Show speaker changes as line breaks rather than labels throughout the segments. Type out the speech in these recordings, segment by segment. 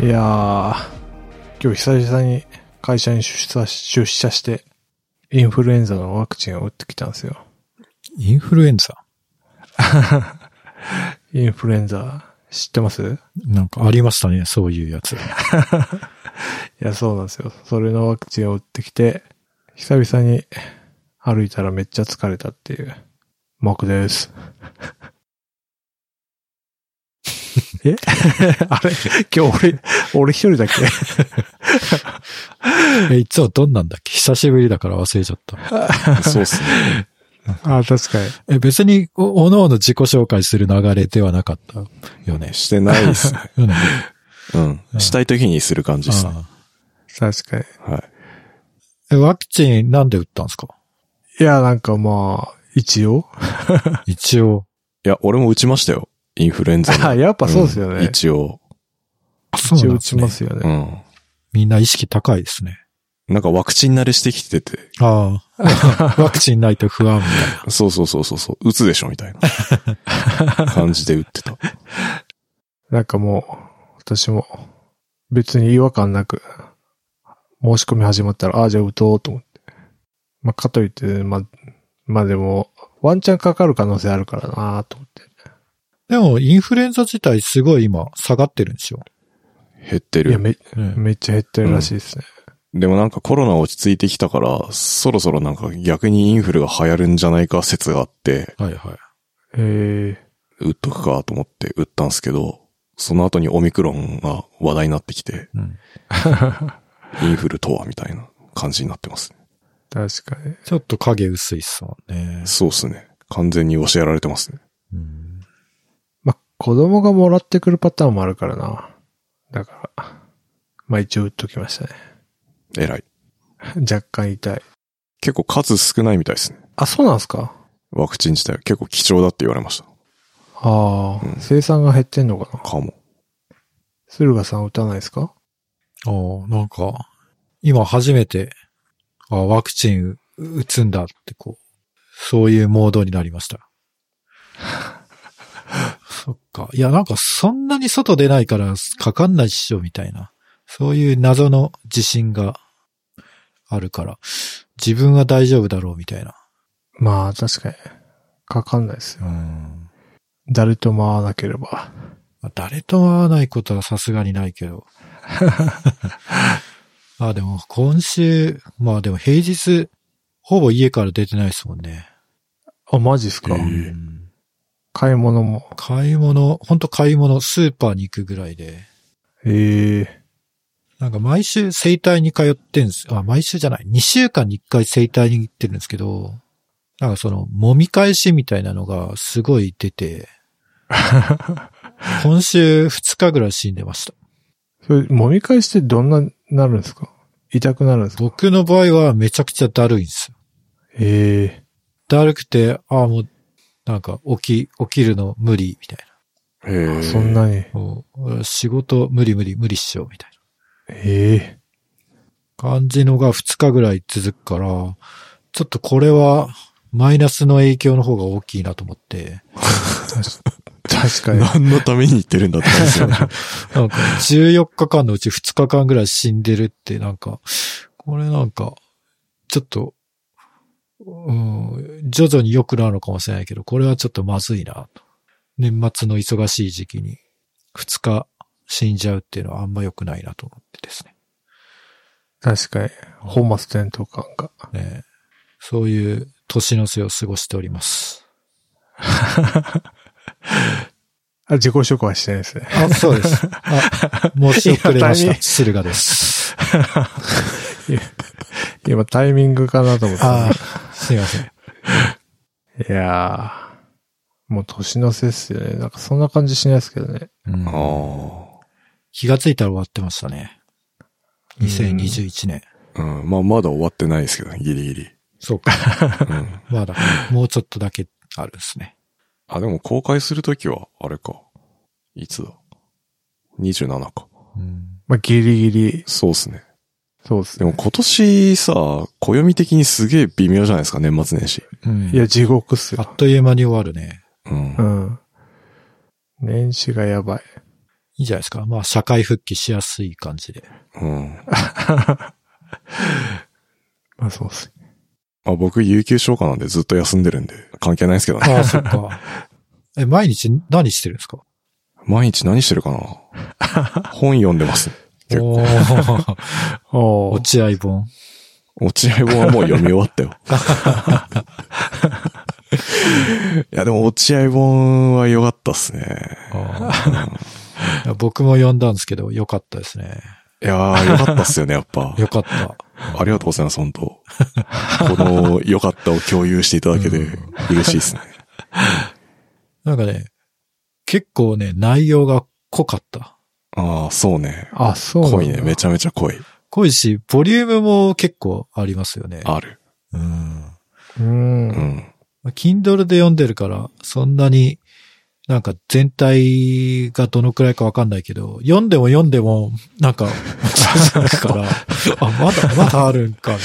いやー、今日久々に会社に出社し出社して、インフルエンザのワクチンを打ってきたんですよ。
インフルエンザ
インフルエンザ、知ってます
なんかありましたね、そういう やつ。
いや、そうなんですよ。それのワクチンを打ってきて、久々に歩いたらめっちゃ疲れたっていう。マークです。 え あれ今日俺、俺一人だっけ
え、いつもどんなんだっけ久しぶりだから忘れちゃった。
そうっす ね。
あ、確かに。
え、別に、お、おのおの自己紹介する流れではなかったよね。
してないっすね。
よね。
うん。したい時にする感じですね。
あ
確かに。
は
あ
い。
え、ワクチンなんで打ったん ですか
いや、なんかまあ、一応。
一応。
いや、俺も打ちましたよ。インフルエンザの。
あ、 やっぱそうですよ
うん
ね。
一応。
そう
一応
なん
打
です
ち
ね
ま。すよね。
うん。
みんな意識高いですね。
なんかワクチン慣れしてきてて。
ああ。 ワクチンないと不安みたいな。
そうそうそうそうそう。打つでしょみたい な感じで打ってた。
なんかもう、私も、別に違和感なく、申し込み始まったら、ああ、じゃあ打とうと思って。まあ、かといって、まあ、まあでも、ワンチャンかかる可能性あるからなと思って。
でも、インフルエンザ自体すごい今、下がってるんですよ。
減って
いや、
る。
め、
ね
めっちゃ減ってるらしいですね。
でもなんかコロナ落ち着いてきたから、そろそろなんか逆にインフルが流行るんじゃないか説があって、
はいはい。
え
打っとくかと思って打ったんすけど、その後にオミクロンが話題になってきて、
うん。
インフルとはみたいな感じになってます。
え確かに。
ちょっと影薄いっすもんね。
そうっすね。完全に教えられてますね。
うん
まあ、子供がもらってくるパターンもあるからな。だから、まあ一応打っときましたね。
偉い。
若干痛い。
結構数少ないみたいですね。
あ、そうなんですか
ワクチン自体は結構貴重だって言われまし
ああ、
うん
生産が減ってんのか
た。
な。
かも。
駿河さん打たないですか
ああ、なんか、今初めて、ああワクチン打つんだってこう、そういうモードになりました。 そっか。いや、なんかそんなに外出ないからかかんないっしょ、みたいな。そういう謎の自信があるから、自分は大丈夫だろう、みたいな。
まあ、確かに。かかんないですよ。
うん。
誰とも会わなければ。
まあ誰とも会わないことはさすがにないけど。 あ、でも今週、まあでも平日、ほぼ家から出てないですもんね。
あ、マジっすか、
へえ
うん
買い物も。
買い物、ほんと買い物、スーパーに行くぐらいで。
ええ
なんか毎週生体に通ってんです。あ、毎週じゃない。2週間に1回生体に行ってるんですけど、なんかその、揉み返しみたいなのがすごい出て、今週2日ぐらい死んでました。
それ、揉み返してどんな、なるんですか痛くなるんですか
僕の場合はめちゃくちゃだるいんですよ
ええ
だるくて、ああ、もう、なんか、起き、起きるの無理、みたい
へー
そん。なに。
な。もう俺仕事無理無理無理っしょ、みたいな
ええ
感じのが2日ぐらい続くから、ちょっとこれは、マイナスの影響の方が大きいなと思って、
確かに。
何のために言ってるんだって感 じですよね。
なんか14日間のうち2日間ぐらい死んでるって、なんか、これなんか、ちょっと、うん、徐々に良くなるのかもしれないけど、これはちょっとまずいなと。年末の忙しい時期に2日死んじゃうっていうのはあんま良くないなと思ってですね。
確かに。本末転倒感が。
ねえそういう年の瀬を過ごしております。
あ、自己紹介はしてないですね。
あ、そうです。 あ、申し遅れまし
いや大
た。
変
シルガです。
今タイミングかなと思って。
ああ、すいません。
いやー。もう年の瀬っすよね。なんかそんな感じしないですけどね。
うん
ああ。
気がついたら終わってましたね。
うん
2021年。
うん。まあ、まだ終わってないですけどね、ギリギリ。
そうか。
うん。
まだ、もうちょっとだけあるんですね。
あ、でも公開するときは、あれか。いつだ ?27 か。
うん。
まあ、ギリギリ。
そうっすね。
そうです
で
ね。
も今年さ、暦的にすげえ微妙じゃないですか、年末年始。
うん、
いや、地獄っす
あ
よ。
っという間に終わるね。
うん
う。ん。年始がやばい。
いいじゃないですか。まあ、社会復帰しやすい感じで。
うん。
まあそうっす。
まあ僕、有給消化なんでずっと休んでるんで、関係ないですけどね。
ああ、そっか。 え、毎日何してるんですか
毎日何してるかな本読んでます。結構
おー
おー
落合本。
落合本はもう読み終わ ったよ。いや、でも落合本は良かったっすね。
いや 僕も読んだんですけど、よかったですね。
いやー、良かったっすよね、やっ ぱ。
よかった。
ありがとうございます、本当この良かったを共有していただけて嬉しいですね。
なんかね、結構ね、内容が濃かった。
ああ、そうね。
あ、そうなんだ
濃いね。めちゃめちゃ濃い。
濃いし、ボリュームも結構ありますよね。
ある。
うん。
う。
うんん。
Kindle で読んでるから、そんなに、なんか全体がどのくらいかわかんないけど、読んでも読んでも、なん か、落ちてくから、あ、まだ、まだあるんか。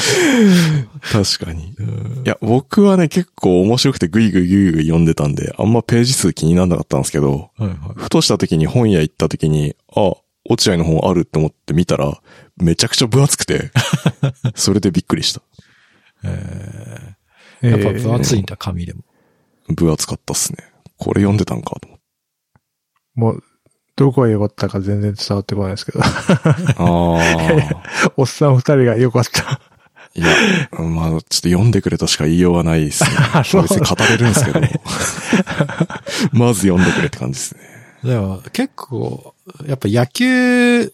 確かに。
うん
いや、僕はね、結構面白くてグイグイグイグイ読んでたんで、あんまページ数気にならなかったんですけど、
はいはい。
ふとした時に本屋行った時に、あ、落合の本あるって思って見たら、めちゃくちゃ分厚く て、それでびっくりした。
え
え
ー、や
ー
っぱ分厚いんだ、紙でも。
分厚かったっすね。これ読んでたんかと思って。
もう、どこが良かったか全然伝わってこないですけ ど。
ああ。
おっさん二人が良かった。
いや、まあ、ちょっと読んでくれとしか言いようがない ですね。
あそう
別に語れるんですけ ど。まず読んでくれって感じですね。
でも、結構、やっぱ野球、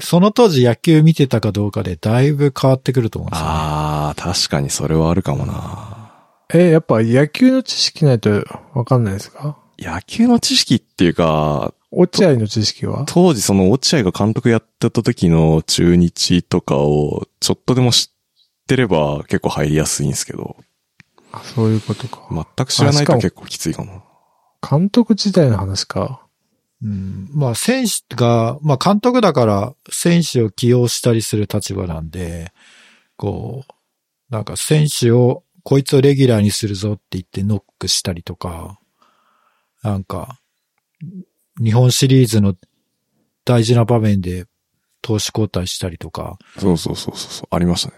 その当時野球見てたかどうかでだいぶ変わってくると思うんですよ、ね。
ああ、確かにそれはあるかもな。
え、やっぱ野球の知識ないとわかんないですか
野球の知識っていうか、
落合の知識は
当時その落合が監督やってた時の中日とかをちょっとでも知ってれば結構入りやすいんですけど、
あそういうことか。
全く知らな
あ
いと
しかも
結構きついかな。
監督自体の話か。
うん、まあ選手が、まあ監督だから選手を起用したりする立場なんで、こう、なんか選手を、こいつをレギュラーにするぞって言ってノックしたりとか、なんか、日本シリーズの大事な場面で投手交代したりとか、
そうそうそうそうそう、ありましたね。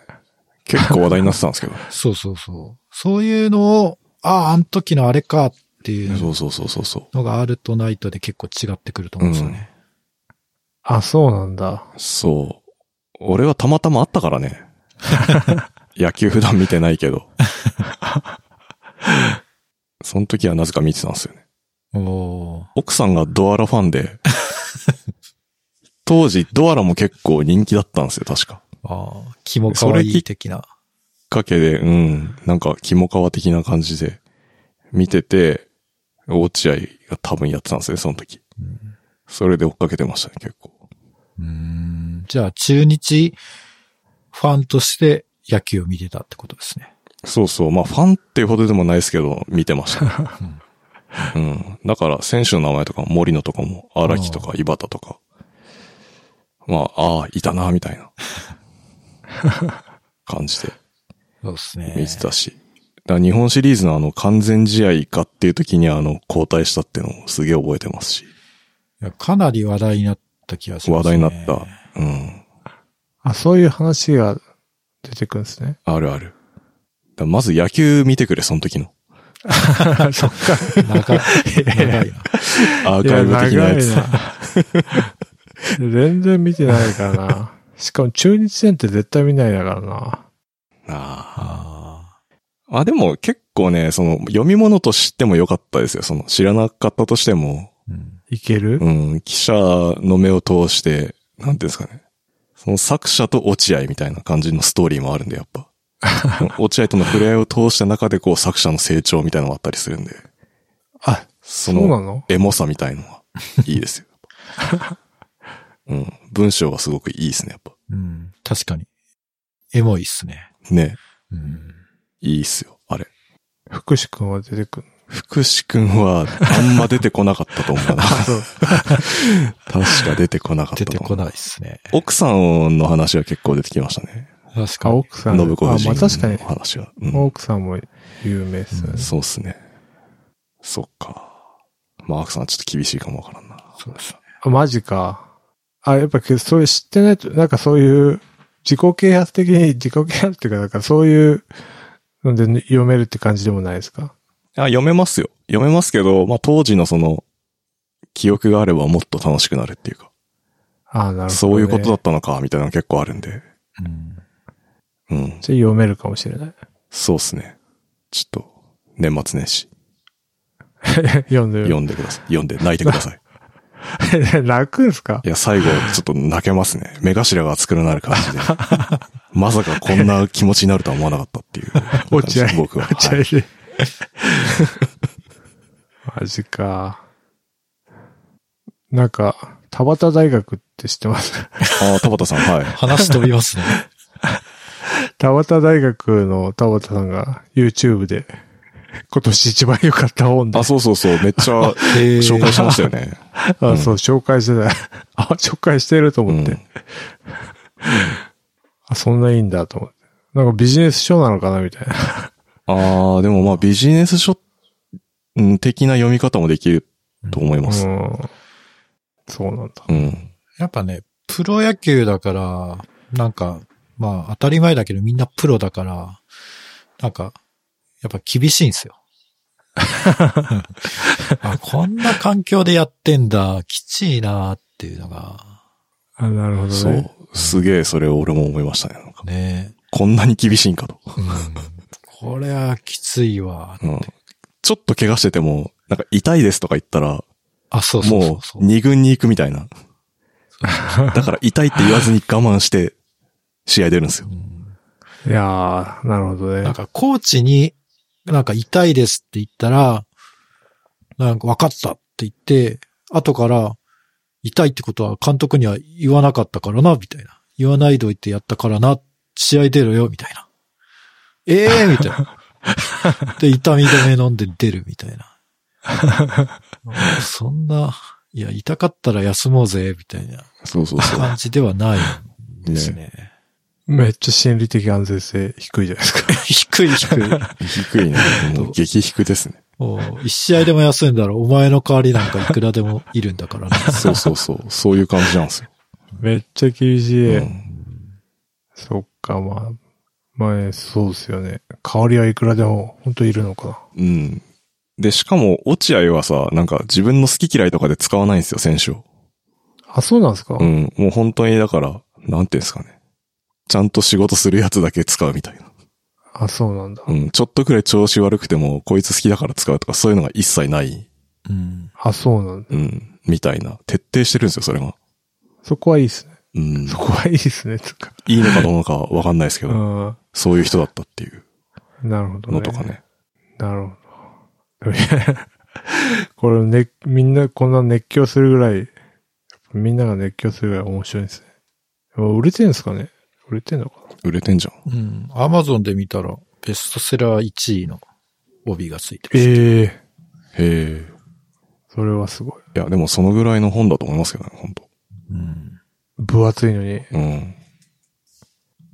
結構話題になってたんですけど。
そうそうそう。そういうのを、ああ、あの時のあれかっていう
そうそうそうそうそう。
のがあるとないとで結構違ってくると思うんですよね。
あ、そうなんだ。
そう。俺はたまたまあったから ね。野球普段見てないけど。その時はなぜか見てたんですよね。
おー
奥さんがドアラファンで、 当時ドアラも結構人気だったんですよ、確か。
ああ、気も可愛い的な。
きっかけで、うん、なんか、キモカワ的な感じで、見てて、落合が多分やってたんですよね、その時。それで追っかけてましたね、結構。
うんじゃあ、中日ファンとして野球を見てたってことですね。
そうそう。まあ、ファンっていうほどでもないですけど、見てましたね。うん。だから、選手の名前とか、森野とかも、荒木とか、井端とか。まあ、ああ、いたな、みたいな。感じで
そうです
見てたし。だから日本シリーズのあの、完全試合かっていう時にあの、交代したっていうのもすげえ覚えてますし。
かなり話題になった気がしま
話
す、ね。
題になった。うん。。
あ、そういう話が出てくるんですね
あるある。だまず野球見てくれ、その時の。
そっか。
長い。 長いな。
アーカイブ的なやつ。
いや長いな全然見てないからな。しかも中日戦って絶対見ないだからな。
あ
あ
あ。あ、でも結構ね、その、読み物としても良かったですよ。その、知らなかったとしても、
ーうん
いける、
うん、記者の目を通して、なんていうんですかね。その作者と落合みたいな感じのストーリーもあるんで、やっ ぱ。落合との触れ合いを通した中で、こう、作者の成長みたいなのがあったりするんで、
あ、そ
そ
うな
の、
の
エモさみたいのは、いいですよ。 うん、文章がすごくいいですね、やっぱ。
うん確かに。エモいっすね。
ね、
うん
いいっすよ、あれ。
福士くんは出てくる。
福士くんは、あんま出てこなかったと思うな。
そう。
確か出てこなかっ
出
たと
て
思
こ
う
ないっすね。
奥さんの話は結構出てきましたね。
確か
あ、
に。
奥さん。
信子夫
あ、
人
まあ確かに
の。話は。うん
奥さんも有名ですよね。
そうっすね。そっか。まあ、奥さんはちょっと厳しいかもわからんな。
そうですね。
あマジか。あ、やっぱ、けそういう知ってないと、なんかそういう、自己啓発的に、自己啓発っていうか、なんかそういう、ので読めるって感じでもないですか。
あ、読めますよ。読めますけど、まあ、当時のその、記憶があればもっと楽しくなるっていうか、
ああ、なるほど、ね。
そういうことだったのか、みたいなの結構あるんで。
うん。
うん。
じゃあ読めるかもしれない。
そうっすね。ちょっと、年末年始、
読んでる。
読んでください。読んで、泣いてく ださい。
泣くんすか
いや、最後、ちょっと泣けますね。目頭が熱くなる感 じで。まさかこんな気持ちになるとは思わなかったっていう感じ。
落合。
僕は。
落
は
合
い
で。 マジか。なんか、田端大学って知ってます
ああ、田畑さん、はい。
話飛びます ね。
田端大学の田端さんが YouTube で今年一番良かった本で。
あ、そうそうそう。めっちゃ
えー
紹介しましたよね。
あそう、紹介してた。 あ、紹介してると思って。
うん
あ、そんないいんだと思って。なんかビジネス書なのかなみたいな。
ああ、でもまあビジネス書うん的な読み方もできると思います。
うん。そうなんだ。
うん。
やっぱね、プロ野球だから、なんか、まあ当たり前だけどみんなプロだから、なんか、やっぱ厳しいんですよ。あこんな環境でやってんだ、きちいなっていうのが、
あ、なるほどね。
そう。すげえ、それを俺も思いましたね。なんか
ね、
こんなに厳しいんかと。
うん、これはきついわ。
うん。ちょっと怪我してても、なんか痛いですとか言ったら、
あ、そうそうそ
も
うそう
う二軍に行くみたいな。 だから痛いって言わずに我慢して、試合出るんですよ。
うん
いやー、なるほど
な
ね
ん。かコーチに、なんか痛いですって言ったら、なんか分かったって言って、後から、痛いってことは監督には言わなかったからな、みたいな。言わないといてやったからな、試合出ろよ、みたいな。ええー、みたいな。で、痛み止め飲んで出る、みたいな。そんな、いや、痛かったら休もうぜ、みたいな
そうそうそう。
感じではないんですね。
めっちゃ心理的安全性低いじゃないですか。
低い低い。
低 いね。もう激低ですね。
おう一試合でも休んだらお前の代わりなんかいくらでもいるんだからな。
そうそうそう。そういう感じなんですよ。
めっちゃ厳しい。
うん
そっか、まあ。まあね、そうですよね。代わりはいくらでも、本当いるのか
うん。で、しかも、落合はさ、なんか自分の好き嫌いとかで使わないんですよ、選手を。
な。あ、そうなんですか、
うん。もう本当に、だから、なんていうんですかね。ちゃんと仕事するやつだけ使うみたいな。
あ、そうなんだ。
うん。ちょっとくらい調子悪くても、こいつ好きだから使うとか、そういうのが一切ない。
うん。
あ、そうなんだ。
うん。みたいな。徹底してるんですよ、それが。
そこはいいっすね。
うん。
そこはいいっすね、つうか。
いいのかどうかわかんないですけ
う
ど、
ん。
そういう人だったっていう
なるほどね。
のとかね。
なるほど。 これね、みんなこんな熱狂するぐらい、やっぱみんなが熱狂するぐらい面白いんですね。やっぱ売れてるんですかね売れてんのか
売れてんじゃ
う
ん。
ん。アマゾンで見たらベストセラー1位の帯がついてる。
ええ
へえ。
それはすごい。
いや、でもそのぐらいの本だと思いますけどね、本当
うん。
分厚いのに。
うん。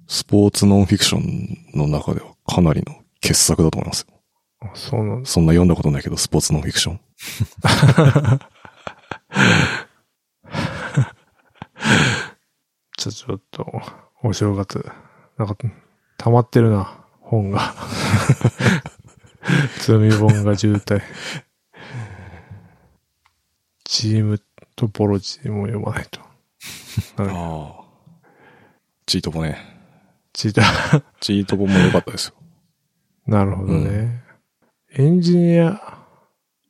スポーツノンフィクションの中ではかなりの傑作だと思いますよ。
あそうなんです。
そんな読んだことないけど、スポーツノンフィクション。
じゃあちょっと、お正月。なんか、溜まってるな、本が。 つみ本が渋滞。チームトポロジーも読まないと。はい
ああ。チートボね。
チーター
チートボも良かったですよ。
なるほどね。エンジニア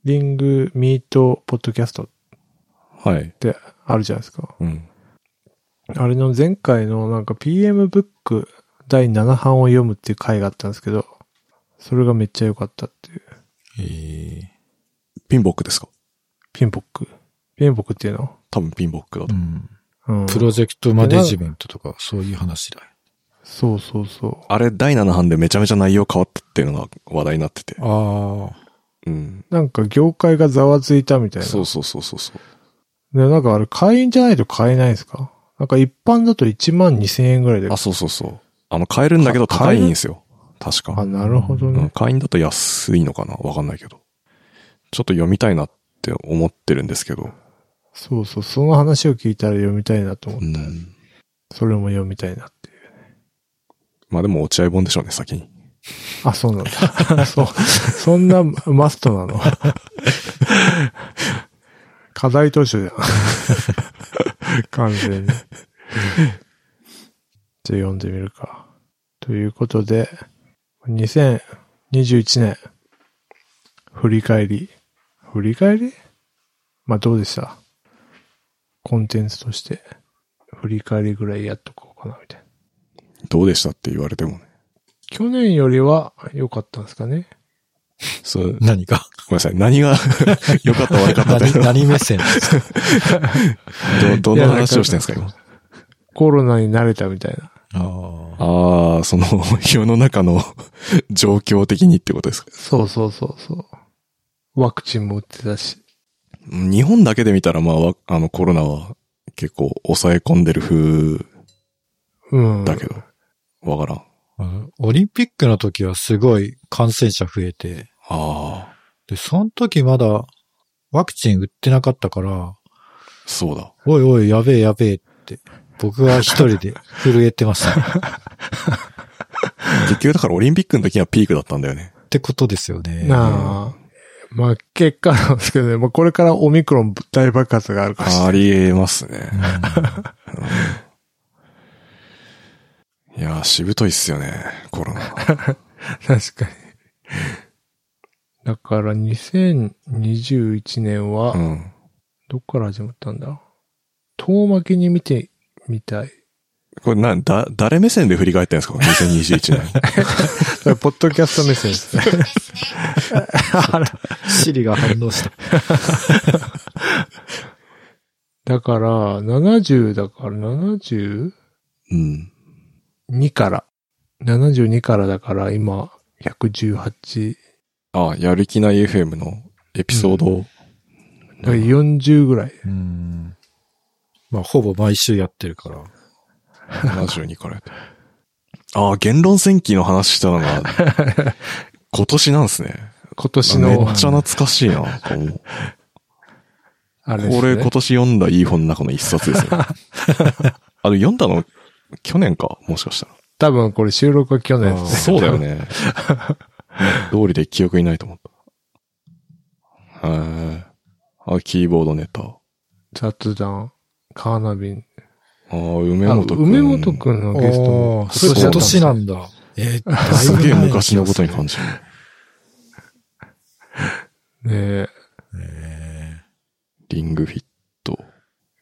リングミートポッドキャストっ
はい。
てあるじゃないですか。
うん。
あれの前回のなんか PM ブック第7版を読むっていう回があったんですけど、それがめっちゃ良かったっていう。
ええ
ピンボックですか
ピンポック。ピンポックっていうの
多分ピンボックだ
う
と。
ん。
うん。
プロジェクトマネジメントとかそういう話だよ。
そうそうそ
あれ、第7版でめちゃめちゃ内容変わったっていうのが話題になってて。
ああ。
うん。
う。なんか業界がざわついたみたいな。
そうそうそうそうそう。
で、なんかあれ会員じゃないと買えないんですかなんか一般だと1万2000円ぐらいで。
あ、そうそうそう。あの、買えるんだけど高いんですよ。確か。
あ、なるほどね。
うん、会員だと安いのかなわかんないけど。ちょっと読みたいなって思ってるんですけど、
そうそう、その話を聞いたら読みたいなと思っ
う
て、
ん。
それも読みたいなっていう。
まあでも落合本でしょうね、先に。
あ、そうなんだ。 そう。そんなマストなの。課題図書じゃん。 完全に。じゃあ読んでみるか。ということで、2021年、振り返り。振り返りまあどうでしたコンテンツとして、振り返りぐらいやっとこうかな、みたいな。
どうでしたって言われてもね。
去年よりは良かったんですかね
そう、ごめん
何か。
なさい。何が 良かった悪かった みたい
何、
な。
何目線ですか
ど、どんな話をしてんですか、今。
コロナに慣れたみたいな。
ああ。
ああ、その、 世の中の 状況的にってことですか。
そうそうそうそう。ワクチンも打ってたし。
日本だけで見たら、まあわ、あの、コロナは結構抑え込んでる風
うん。
だけど、わからん。あ
オリンピックの時はすごい感染者増えて、
あ、
で、その時まだワクチン打ってなかったから、
そうだ。
おいおい、やべえやべえって、僕は一人で震えてました。 っ
結局だからオリンピックの時はピークだったんだよね。
てことですよね。
なあ。まあ、結果なんですけどね。まあ、これからオミクロン大爆発があるから
ありえますね。
うん
いやー、しぶといっすよね、コロナ。
確かに。だから、2021年
う
は、
ん。
どこから始まったんだ、遠巻きに見てみ たい。
これな、だ、誰目線で振り返ってんですか ?2021 年。
それポッドキャスト目線ですね。あら
シリが反応した。
だから、70だから、70?
うん。
2から。72からだから今、118、
あ、やる気ない FM のエピソード、
だから40ぐらい。
うん。まあ、ほぼ毎週やってるから。
72からやって。ああ、言論戦記の話したのが、今年なんですね。
今年
めっ
の、
ちゃ懐かしいな。こ
あれですね。
れ今年読んだいい本の中の一冊ですね。あの、読んだの去年か、もしかしたら。
多分これ収録は去年ですね。
そうだよ ね。通りで記憶にないと思った。へーあ、キーボードネタ。あ
雑談、カーナビン。
あ、梅
あ
本くん。
梅本くんのゲストも。
それ
そう
今
だった
年なんだ。えー、だいぶ
す
前
げえ昔のことに感じる。
ねえ
え
リングフィット。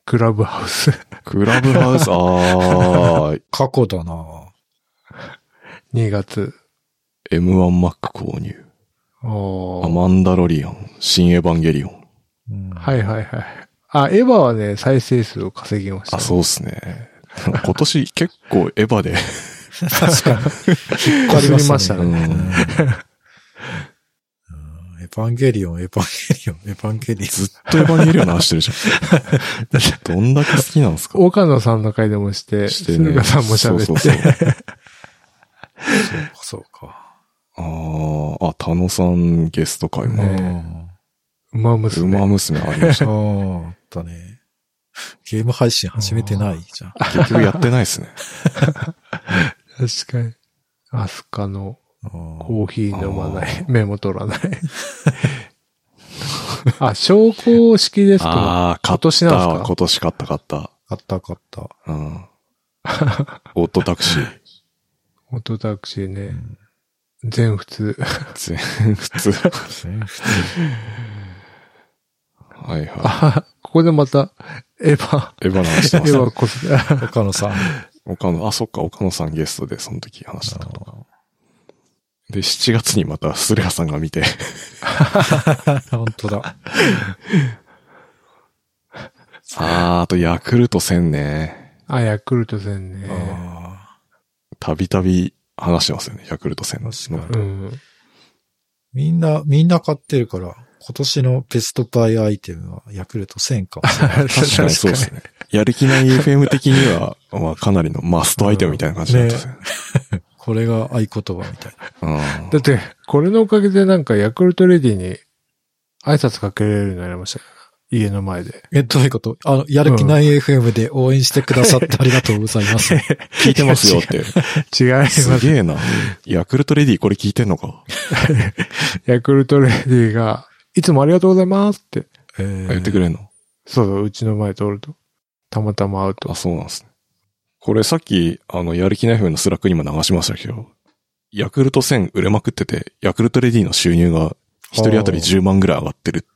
クラブハウス。
クラブハウス、ああ、
ー過去だな
2月。
M1 マック購入。
お
ア
ー
マンダロリオン。新エヴァンゲリオン。
うん
はいはいはい。あ、エヴァはね、再生数を稼ぎました。
あ、そうっすね。 今年結構エヴァで、
確かに。
っ
引
張りましたね
うん
うん
エヴァンゲリオン、エヴァンゲリオン、エヴァンゲリ
ずっとエヴァンゲリオンの話してるじゃん。どん だけ好きなんですか
岡野さんの回でもして、
して
駿河さんも
そう
喋
そう
って。
そう。
オン。そうか。
ああ、あ、田野さんゲスト会
う
も。
ね
ん。
馬
う
娘。
ま娘あり まし
あーあったね。ゲーム配信始めてないじゃん。
た。結局やってないですね。
確かに。アスカの
うん
コーヒー飲まない。メモ取らない。 あ、昇降式デスクも。
ああ、
今
買った
年なんです
わ
か
今年買った買った。
あったかった。
うん。オートタクシー。
オートタクシーね
ん。
全普通。
全普通。はいは
あ、ここでまた、エヴァ、
い。エヴァの話して
エ
ます
ヴァこす、
岡野さん。
岡野、あ、そっか、岡野さんゲストで、その時話したことか。で、7月にまた、駿河さんが見て、
本当だ。
あー、あと、ヤクルト1000ね。
あ、ヤクルト1000ね。
あー
たびたび話してますよね、ヤクルト1000の。
確
う
か
ん。
みんな、みんな買ってるから、今年のベストバイアイテムはヤクルト1000かもしれない。
確かにそうですね。やる気ない FM 的には、まあ、かなりのマストアイテムみたいな感じになってますよね。
これが合言葉みたいな。
うん
だって、これのおかげでなんかヤクルトレディに挨拶かけれるようになりましたよ家の前で。
え、どういうことあの、やる気ない FM で応援してくださってありがとうございます。
聞いてますよって。
違います。
すげえな。ヤクルトレディこれ聞いてんのか。
ヤクルトレディが、いつもありがとうございますって。
え
言ってくれんの。
そうそう、うちの前通ると。たまたま会う
あ、
と。
そうなんですね。これさっき、あの、やる気ないふうのスラックにも流しましたけど、ヤクルト1000売れまくってて、ヤクルトレディの収入が一人当たり10万ぐらい上がってる。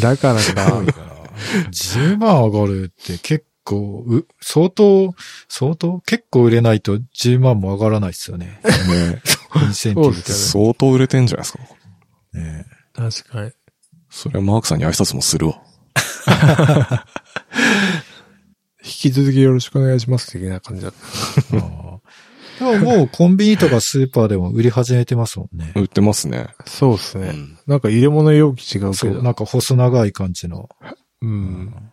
だからな。
10万上がるって結構、う、相当、相当、結構売れないと10万も上がらないですよね。
ね、
インセンティブって
そ
相当売れてんじゃないですか。
ね。
確かに。
それはマークさんに挨拶もするわ。
引き続きよろしくお願いします的な感じだった。
あーでももうコンビニとかスーパーでも売り始めてますもんね。
売ってますね。
そうです
う
ね。
ん
なんか入れ物容器違う
そ
け
う、
ど。
なんか細長い感じの。
うん。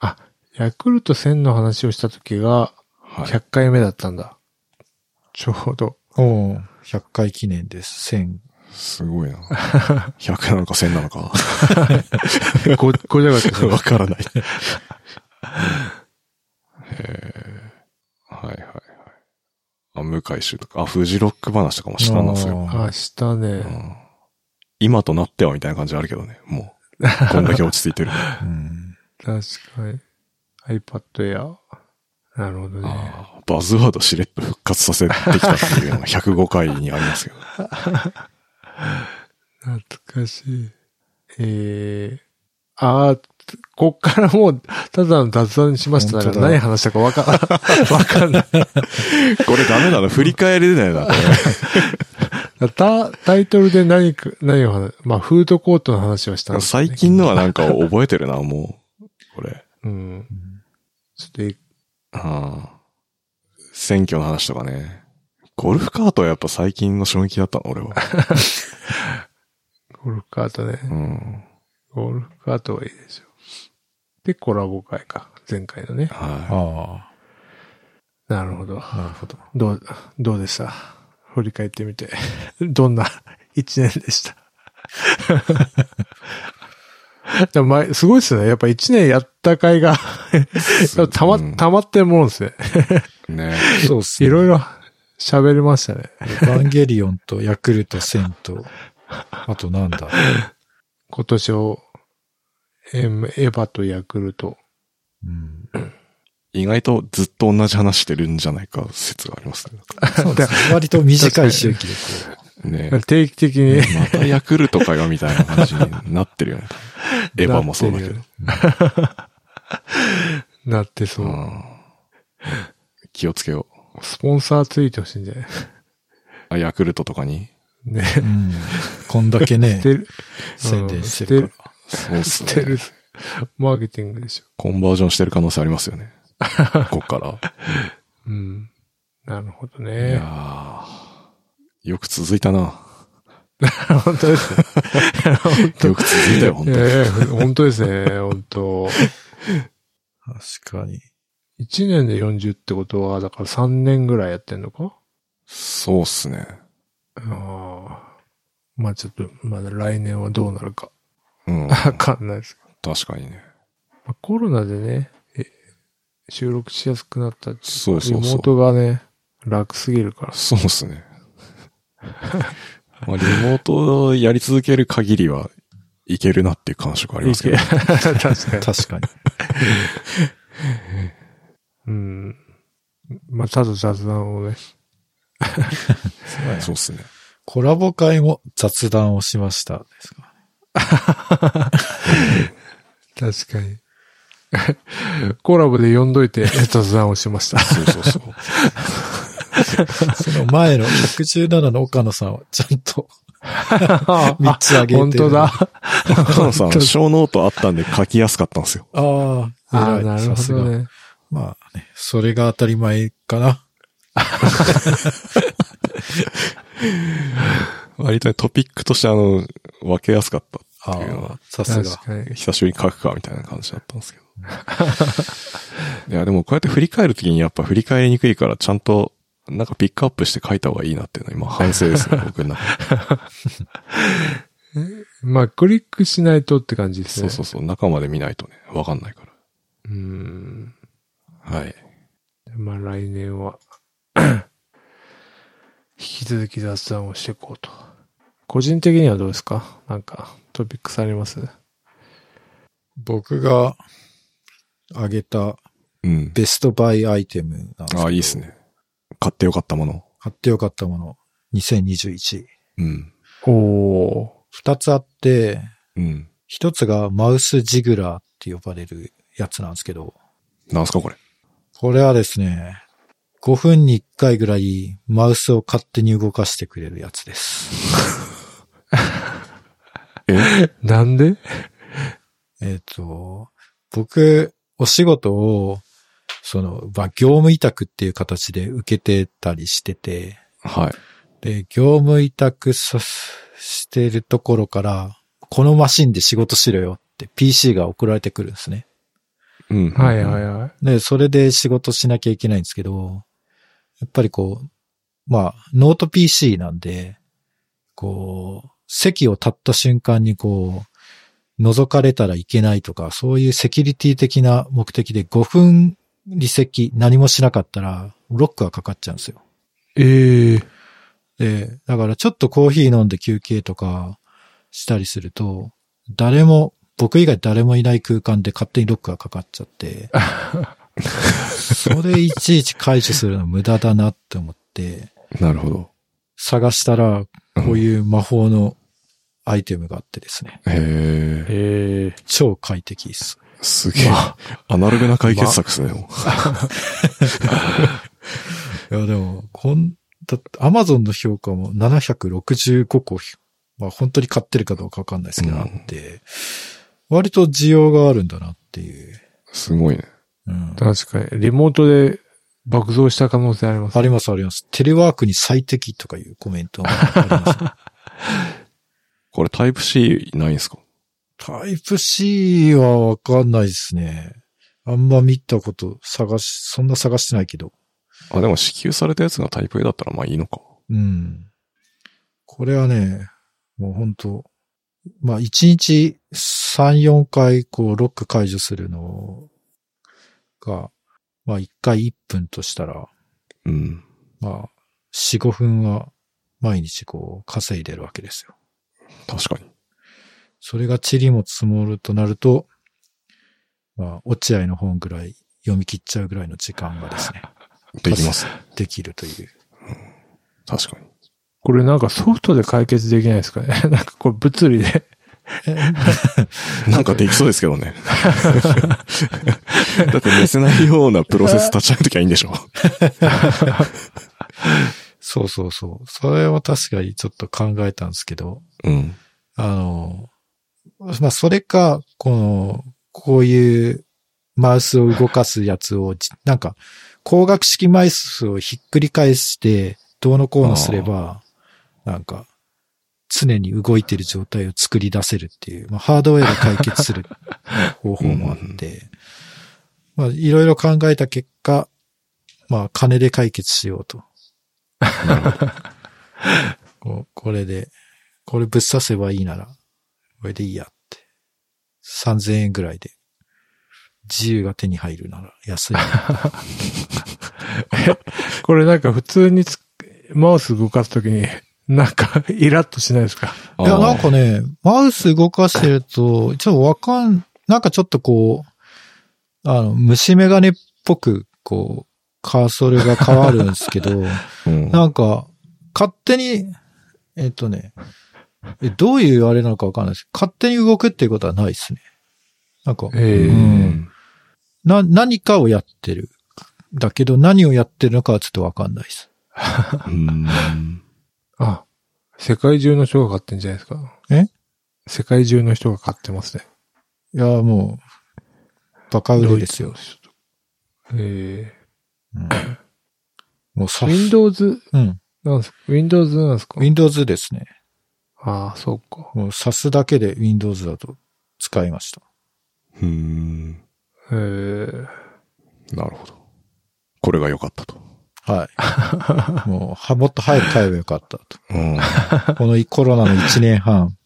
あ、ヤクルト1000の話をした時が
はい。
100回目だったんだ。ちょうど。
おう100回記念です。1000。
すごいな。100なのか1000なのか。
ご、ごじゃがってた
わからない。へえ。はいはいはい。あ、向井修とか、あ、フジロック話とかもしたんですよ。
あ、した
う
ね。
ん今となってはみたいな感じあるけどね。もう、こんだけ落ち着いてる。
うん
確かに。iPad Air。なるほどね。
あーバズワードしれっと復活させてきたっていうのが105回にありますけど。
懐かしい。えー、あー、こっからもう、ただの雑談にしましたか
本当
ら
だ
何話したかわか ん、わかんない。
これダメだな。振り返れないな。これ
タ、タイトルで何か、何を話、まあ、フードコートの話はしたんですけどね
最近のはなんか覚えてるな、もう。これ。
うん。ちょっとい、
ああ。選挙の話とかね。ゴルフカートはやっぱ最近の衝撃だったの、俺は。
ゴルフカートね。
うん。
ゴルフカートはいいでしょ。で、コラボ会か。前回のね。
は
あ
なるほど。
あ、なるほど。
どう、どうでした振り返ってみ て。どんな一年でした でも前、すごいっすね。やっぱ一年やった会が
い。
たま、たまってるもんですね。
ね。
そうっす
い
ね。
ろいろ喋りましたね。
エヴァンゲリオンとヤクルト1000と、あとなんだ。
今年を、エムエヴァとヤクルト。
うん、
意外とずっと同じ話してるんじゃないか説がありますね。
そうですね割と短い周期でこう。
ね。
定期的 に
またヤクルトかよみたいな感じになって るよね。エヴァもそうだけど。
なってそうう。
ん、気をつけよう。
スポンサーついてほしいんじゃない
あ、ヤクルトとかに。
ね。
うん。こんだけね
捨、てる、
宣伝してるか
そうっす
捨
ね
てる、マーケティングでしょ。
コンバージョンしてる可能性あります よね。こっから。
うん。なるほど
い
ね。
やーよく続いたな。
本当ですね。
よく続いたよ、 本当に。
ええ本当ですね。本当。
ら。確かに。
1年で40ってことは、だから3年ぐらいやってんのか
そうっすね。
ああ。まあちょっと、まだ来年はどうなるか。
うん。
わかんないですけど。
確かにね。
まあ、コロナでね、え収録しやすくなったっていう
そうそう
リ
そ
モー
う。
トがね、楽すぎるから。
そうっすね。 まあ、リモートをやり続ける限りはいけるなっていう感触ありますけど。
確かに。
確かに。
うん。まあ、ただ雑談をね。
そうっすね。
コラボ会も雑談をしましたですか。
確かに。 コラボで呼んどいて雑談をしま した。
そうそうそう。
その前の117の岡野さんはちゃんと3つあげてる。
本当だ。。
カノさん、小ノートあったんで書きやすかったんですよ。
あ
あ
あ、
あ、
偉。
ないる
さす
ほど
が。
ね。
まあね、それが当たり前かな。
割とねトピックとしてあの、分けやすかったっ
あ
ていうのは
あ、さす
確
が。
かに。
久しぶりに書くか、みたいな感じだったんですけど。い や、でもこうやって振り返るときにやっぱ振り返りにくいから、ちゃんと、なんかピックアップして書いた方がいいなっていうのは今反省ですね、僕の中で。
まあ、クリックしないとって感じです
そう
ね。
そううそう、中まで見ないとね、わかんないか
そう。うん。
ら。はい。
まあ、来年は、 引き続き雑談をしていこうと。個人的にはどうですかなんか、トピックスあります
僕が挙げた
うん。
ベストバイアイテムなんですけど
ああ、いいっす。ね。買ってよかったもの。
買ってよかったもの。2021。
うん。
おお
二つあって、
うん。
一つがマウスジグラーって呼ばれるやつなんですけど、
なんすかこれ。
これはですね、5分に1回ぐらいマウスを勝手に動かしてくれるやつです。
え
ー。なんで
えっと、僕、お仕事を、その、まあ、業務委託っていう形で受けてたりしてて、
はい。
で、業務委託さしてるところから、このマシンで仕事しろよって PC が送られてくるんですね。
うん。
はいはい
い。
はい。
で、それで仕事しなきゃいけないんですけど、やっぱりこう、まあ、ノート PC なんで、こう、席を立った瞬間にこう、覗かれたらいけないとか、そういうセキュリティ的な目的で5分離席何もしなかったら、ロックがかかっちゃうんですよ。
ええー。
で、だからちょっとコーヒー飲んで休憩とかしたりすると、誰も、僕以外誰もいない空間で勝手にロックがかかっちゃって、それいちいち解除するの無駄だなって思って、
なるほど。
探したら、こういう魔法のアイテムがあってですね、
へえ。
ええ
超快適です。
すげえ。アナログな解決策っすね。も
いや、でも、こん、だって、アマゾンの評価も765個、まあ本当に買ってるかどうかわかんないですけど、
うん
あって、割と需要があるんだなっていう。
うすごいね。
うん。
確かに。リモートで爆増した可能性あります。
ありますあります。テレワークに最適とかいうコメントもあります。
これタイプ C ないんすか
タイプ C はわかんないですね。あんま見たこと探し、そんな探してないけど。
あ、でも支給されたやつがタイプ A だったらまあいいのか。
うん。これはね、もう本当まあ1日3、4回こうロック解除するのが、まあ1回1分としたら、
うん。
まあ4、5分は毎日こう稼いでるわけですよ。
確かに。
それが地理も積もるとなると、まあ、落合の本ぐらい読み切っちゃうぐらいの時間がですね、
できます。
できるという。
確かに。
これなんかソフトで解決できないですかね なんかこれ物理で。
なんかできそうですけ どね。だって寝せないようなプロセス立ち上げときゃいいんでしょ
そうそうそう。それは確かにちょっと考えたんですけど、
うん。
あの、まあ、それか、この、こういうマウスを動かすやつをじ、なんか、光学式マウスをひっくり返して、どうのこうのすれば、なんか、常に動いてる状態を作り出せるっていう、まあ、ハードウェアで解決する方法もあって、まあ、いろいろ考えた結果、まあ、金で解決しようと。 こうこれで、これぶっ刺せばいいなら、これでいいやって。3000円ぐらいで、自由が手に入るなら安い。
これなんか普通につマウス動かすときに、 なんかイラッとしないですか
あ
いや、なん
ー
かね、マウス動かしてると、ちょっとわかん、なんかちょっとこう、あの、虫眼鏡っぽく、こう、カーソルが変わるんですけど、
うん
なんか、勝手に、えっとね、えどういうあれなのかわかんないです。勝手に動くっていうことはないですね。なんか、
ええ
うんな、何かをやってる。だけど何をやってるのかはちょっとわかんないです。
うん
あ、世界中の人が買ってんじゃないですか
え
世界中の人が買ってますね。
いや、もう、バカ売れですよ。
え
うんもう
え
さ、
Windows
うん。
なんですか ?Windows なんですか
Windows ですね。
ああ、そうか。
もう挿すだけで Windows だと使いました。
うん。
ええ
なるほど。これが良かったと。
はい。もう、は、もっと早く買えばよかった
うん。
と。このコロナの1年半、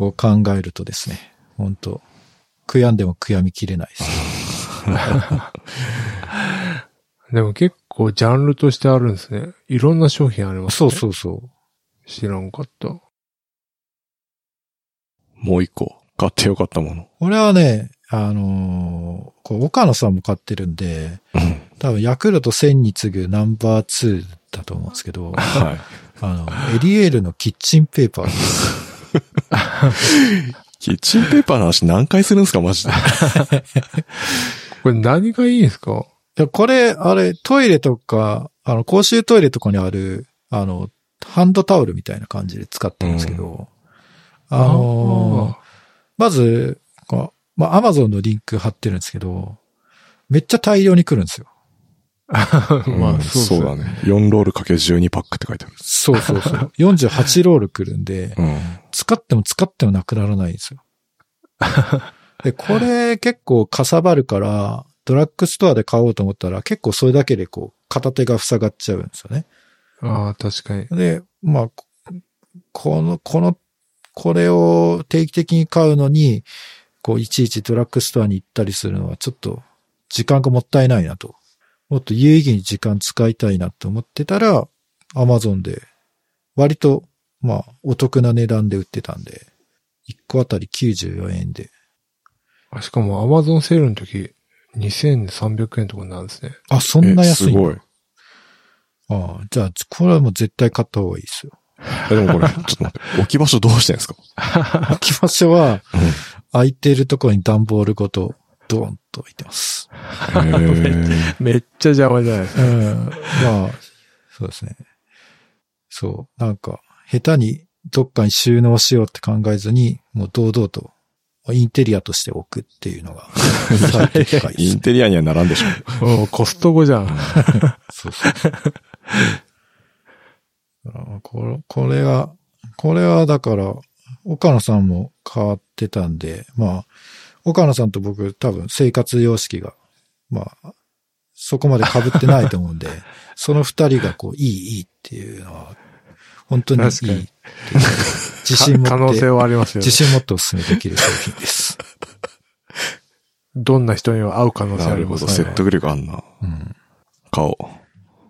を考えるとですね、本当悔やんでも悔やみきれないです。
でも結構ジャンルとしてあるんですね。いろんな商品あります、
そ
ね。
うそうそう。
う。知らんかった。
もう一個、買ってよかったもの。
俺はね、あのーこう岡野さんも買ってるんで、多分ヤクルト1000に次ぐナンバー2だと思うんですけど、
はい。
あの、エリエールのキッチンペーパーです。
キッチンペーパーの話何回するんですか、マジで。
これ何がいいんですか
いや、これ、あれ、トイレとか、あの、公衆トイレとかにある、あの、ハンドタオルみたいな感じで使ってるんですけど、あのーまず、こうまあ、アマゾンのリンク貼ってるんですけど、めっちゃ大量に来るんですよ。
ーま
うん
あ、そうそう
だね。4ロールかけ12パックって書いてある。
そうそう そう。48ロール来るんで、
うん。
使っても使ってもなくならないんです よ。で、これ結構かさばるから、ドラッグストアで買おうと思ったら結構それだけでこう、片手が塞がっちゃうんですよね。
ああ、確かに。
で、まあ、ここの、この、これを定期的に買うのに、こう、いちいちドラッグストアに行ったりするのはちょっと、時間がもったいないなと。もっと有意義に時間使いたいなと思ってたら、アマゾンで、割と、まあ、お得な値段で売ってたんで、1個あたり94円で。
あしかもアマゾンセールの時、2300円とかなんですね。
あ、そんな
え
安い
す
の
ごい。
ああ、じゃあ、これはもう絶対買った方がいいですよ。
えでもこれ、ち ょっと待って。置き場所どうしてんですか
置き場所は
うん、
空いてるところに段ボールごと、ドーンと置いてます。
へー
めっちゃ邪魔じゃないですか。
うん。まあ、そうですね。そう。なんか、下手にどっかに収納しようって考えずに、もう堂々とインテリアとして置くっていうのが、最適解で
イ
す
ン。テリアにはならんでしょ。
おーコストコじゃん。
そうそう。 だからこれ、これは、これはだから、岡野さんも変わってたんで、まあ、岡野さんと僕多分生活様式が、まあ、そこまで被ってないと 思うんで、その二人がこう、いい、いいっていうのは、本当にいいって
確か
いう
に。
自信持って、
可能性はありますよね
自。信持ってお勧めできる商品です。
どんな人には合う可能性
な
あり
る
ま
ほ
す
ど。
ね。
説得力あんな。
うん。
顔。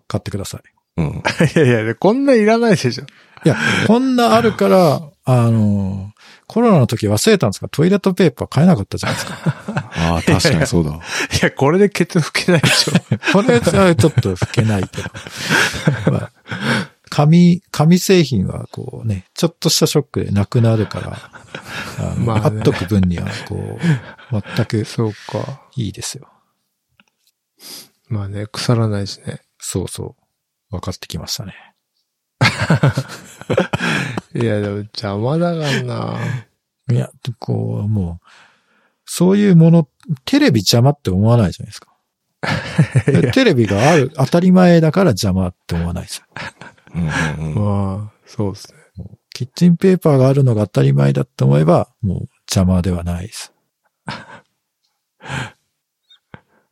買ってください。
うん。
いやいやで、こんないらないでしょ。
いや、こんなあるから、あの、コロナの時忘れたんですかトイレットペーパー買えなかったじゃないですか。
ああ、確かにそうだ。
いや、これでケツ拭けないで しょ。
これはちょっと拭けないけど。 まあ紙、紙製品はこうね、ちょっとしたショックでなくなるから、あの、
まあね
貼っとく分には、こう、全く
そうか。
いいですよ。
まあね、腐らないしね。
そうそう。分かってきましたね。
いや、でも邪魔だからな。
いや、こう、もう、そういうもの、テレビ邪魔って思わないじゃないですか。テレビがある、当たり前だから邪魔って思わないですよ。
うんうんうん
まあ、そうですね。
キッチンペーパーがあるのが当たり前だって思えば、もう邪魔ではないです。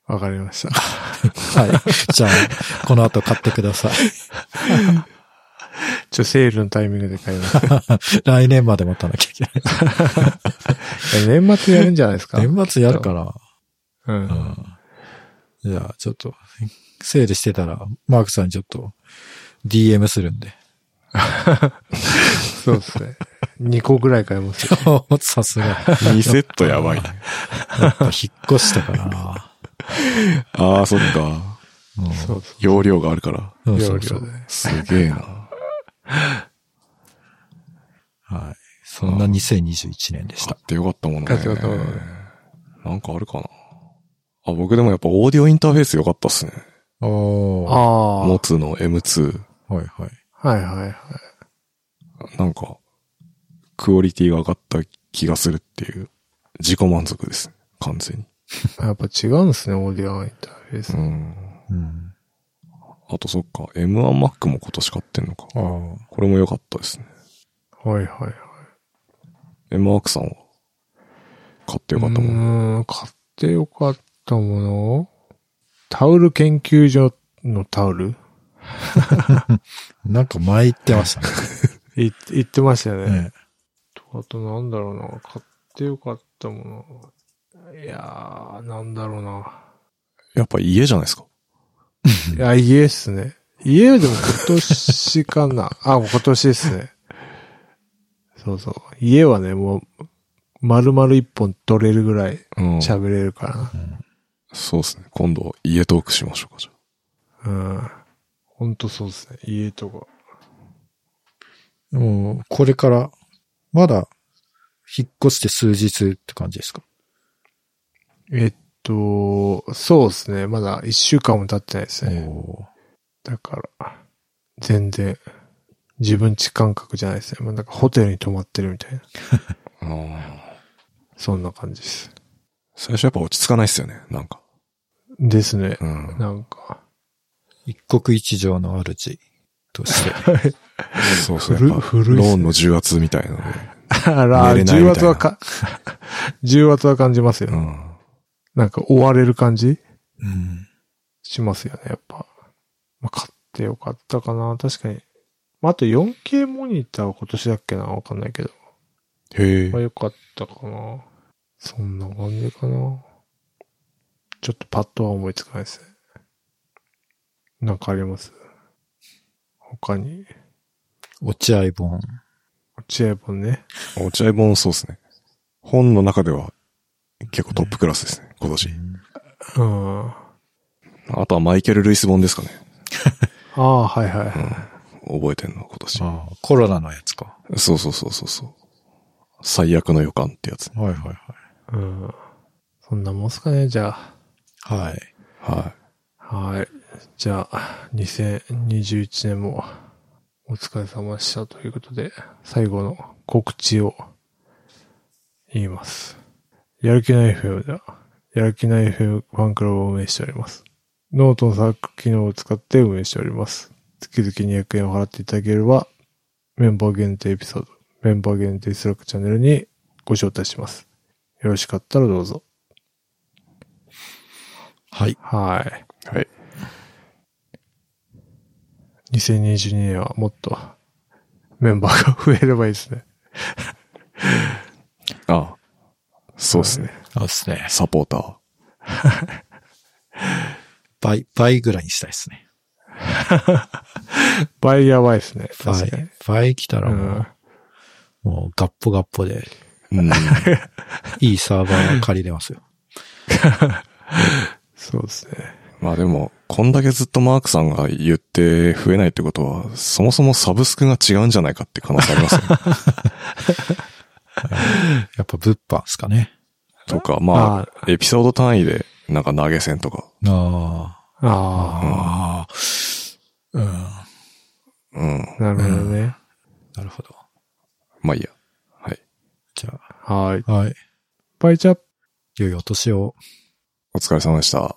わかりました。
はい。じゃあ、この後買ってください。
ちょ、セールのタイミングで買います。
来年まで待たなきゃいけない。
いや年末やるんじゃないですか。
年末やるから。
うん
う。ん。じゃあ、ちょっと、整理してたら、マークさんにちょっと、DM するんで。
そうですね。2個ぐらい買いますよ。
さすが。や
二セットやばい。
っぱ引っ越したからな。
ああ、そっか。
うん
そうそ。
容量があるから。
そううそ
容
うそ
量で
う。。
すげえな。
はい。そんな2021年でし
買
た。
ってよかったものね。
買ってよかったものね
なんかあるかな。あ、僕でもやっぱオーディオインターフェースよかったっすね。
おー。
あ
モツの M2。
はいはい。
あ。はいはいはい。
なんか、クオリティが上がった気がするっていう、自己満足です。完全に。
やっぱ違うんですね、オーディオインターフェース
う。ん。
うん。
あとそっか、M1Mac も今年買ってんのか。
ああ。
これも良かったですね。
はいはいはい。
M1 さんは、買ってよかった
う
も。
んーん、買ってよかったものタオル研究所のタオル
なんか前言ってましたね。
い言ってましたよね。
ね
あとなんだろうな。買ってよかったもの。いやー、なんだろうな。
やっぱ家じゃないですか。
いや、家っすね。家でも今年か な。あ、もう今年ですね。そうそう。家はね、もう、丸々一本取れるぐらい
うん。そう
喋れるか
ですね。今度、家トークしましょうか、じゃあ
ら。うん。ほんとそうですね。家とか。
もう、これから、まだ、引っ越して数日って感じですか
えっと、そうですね。まだ一週間も経ってないですね。
お
だから、全然、自分家感覚じゃないですね。もうなんかホテルに泊まってるみたいな。
あー
そんな感じです。
最初やっぱ落ち着かないっすよね、なんか。
ですね。
うん。
なんか、
ー一国一城の主として。
そうそう。
古
やっぱ
古いっすね
ローンの重圧みたいなので。
あら、
寝れないみ
重
たい
圧
な
はか、 重圧は感じますよ
う
ね。
ん。
なんか追われる感じ
うん。
しますよね、やっぱ。まあ、買ってよかったかな、確かに。まあ、あと 4K モニターは今年だっけな、わかんないけど。
へえ
まあ、。よかったかな。そんな感じかな。ちょっとパッとは思いつかないですね。なんかあります他に。
落合本。
落合本ね。
落合本そうですね。本の中では結構トップクラスですね、今年。
うん。あ
あとはマイケル・ルイス本ですかね。
あ、はいはい。
覚えてんの、今年。
ああ、コロナのやつか。
そうそうそうそうそう。最悪の予感ってやつ。
はいはいはい。
うん。そんなもんすかね、じゃあ。
はい。
は
はい。じゃあ、2021年もお疲れ様でしたということで、最後の告知を言います。やる気ない FM では、やる気ない FM ファンクラブを運営しております。ノートのサークル機能を使って運営しております。月々200円を払っていただければ、メンバー限定エピソード、メンバー限定スラックチャンネルにご招待します。よろしかったらどうぞ。
はい。
はい。
い。はい。
2022年はもっとメンバーが増えればいいですね。
ああそうですね。
そうですね。
サポーター。
倍、倍ぐらいにしたいですね。
倍やばいですね。確かに
倍。。倍来たら
う
も
ん
う、もうガッポガッポで、
うん。
いいサーバー借りれますよ。
そうですね。
まあでも、こんだけずっとマークさんが言って増えないってことは、そもそもサブスクが違うんじゃないかって可能性ありますね。
やっぱ物販ですかね。
とか、まあ、エピソード単位で、なんか投げ銭とか。
ああ。
あ
ああ。うん。
うん。
あ、なるほどね。
なるほど。
まあいいや。はい。
じゃ
はい。
あ、はい。
バイチャップ
良いお年を。
お疲れ様でした。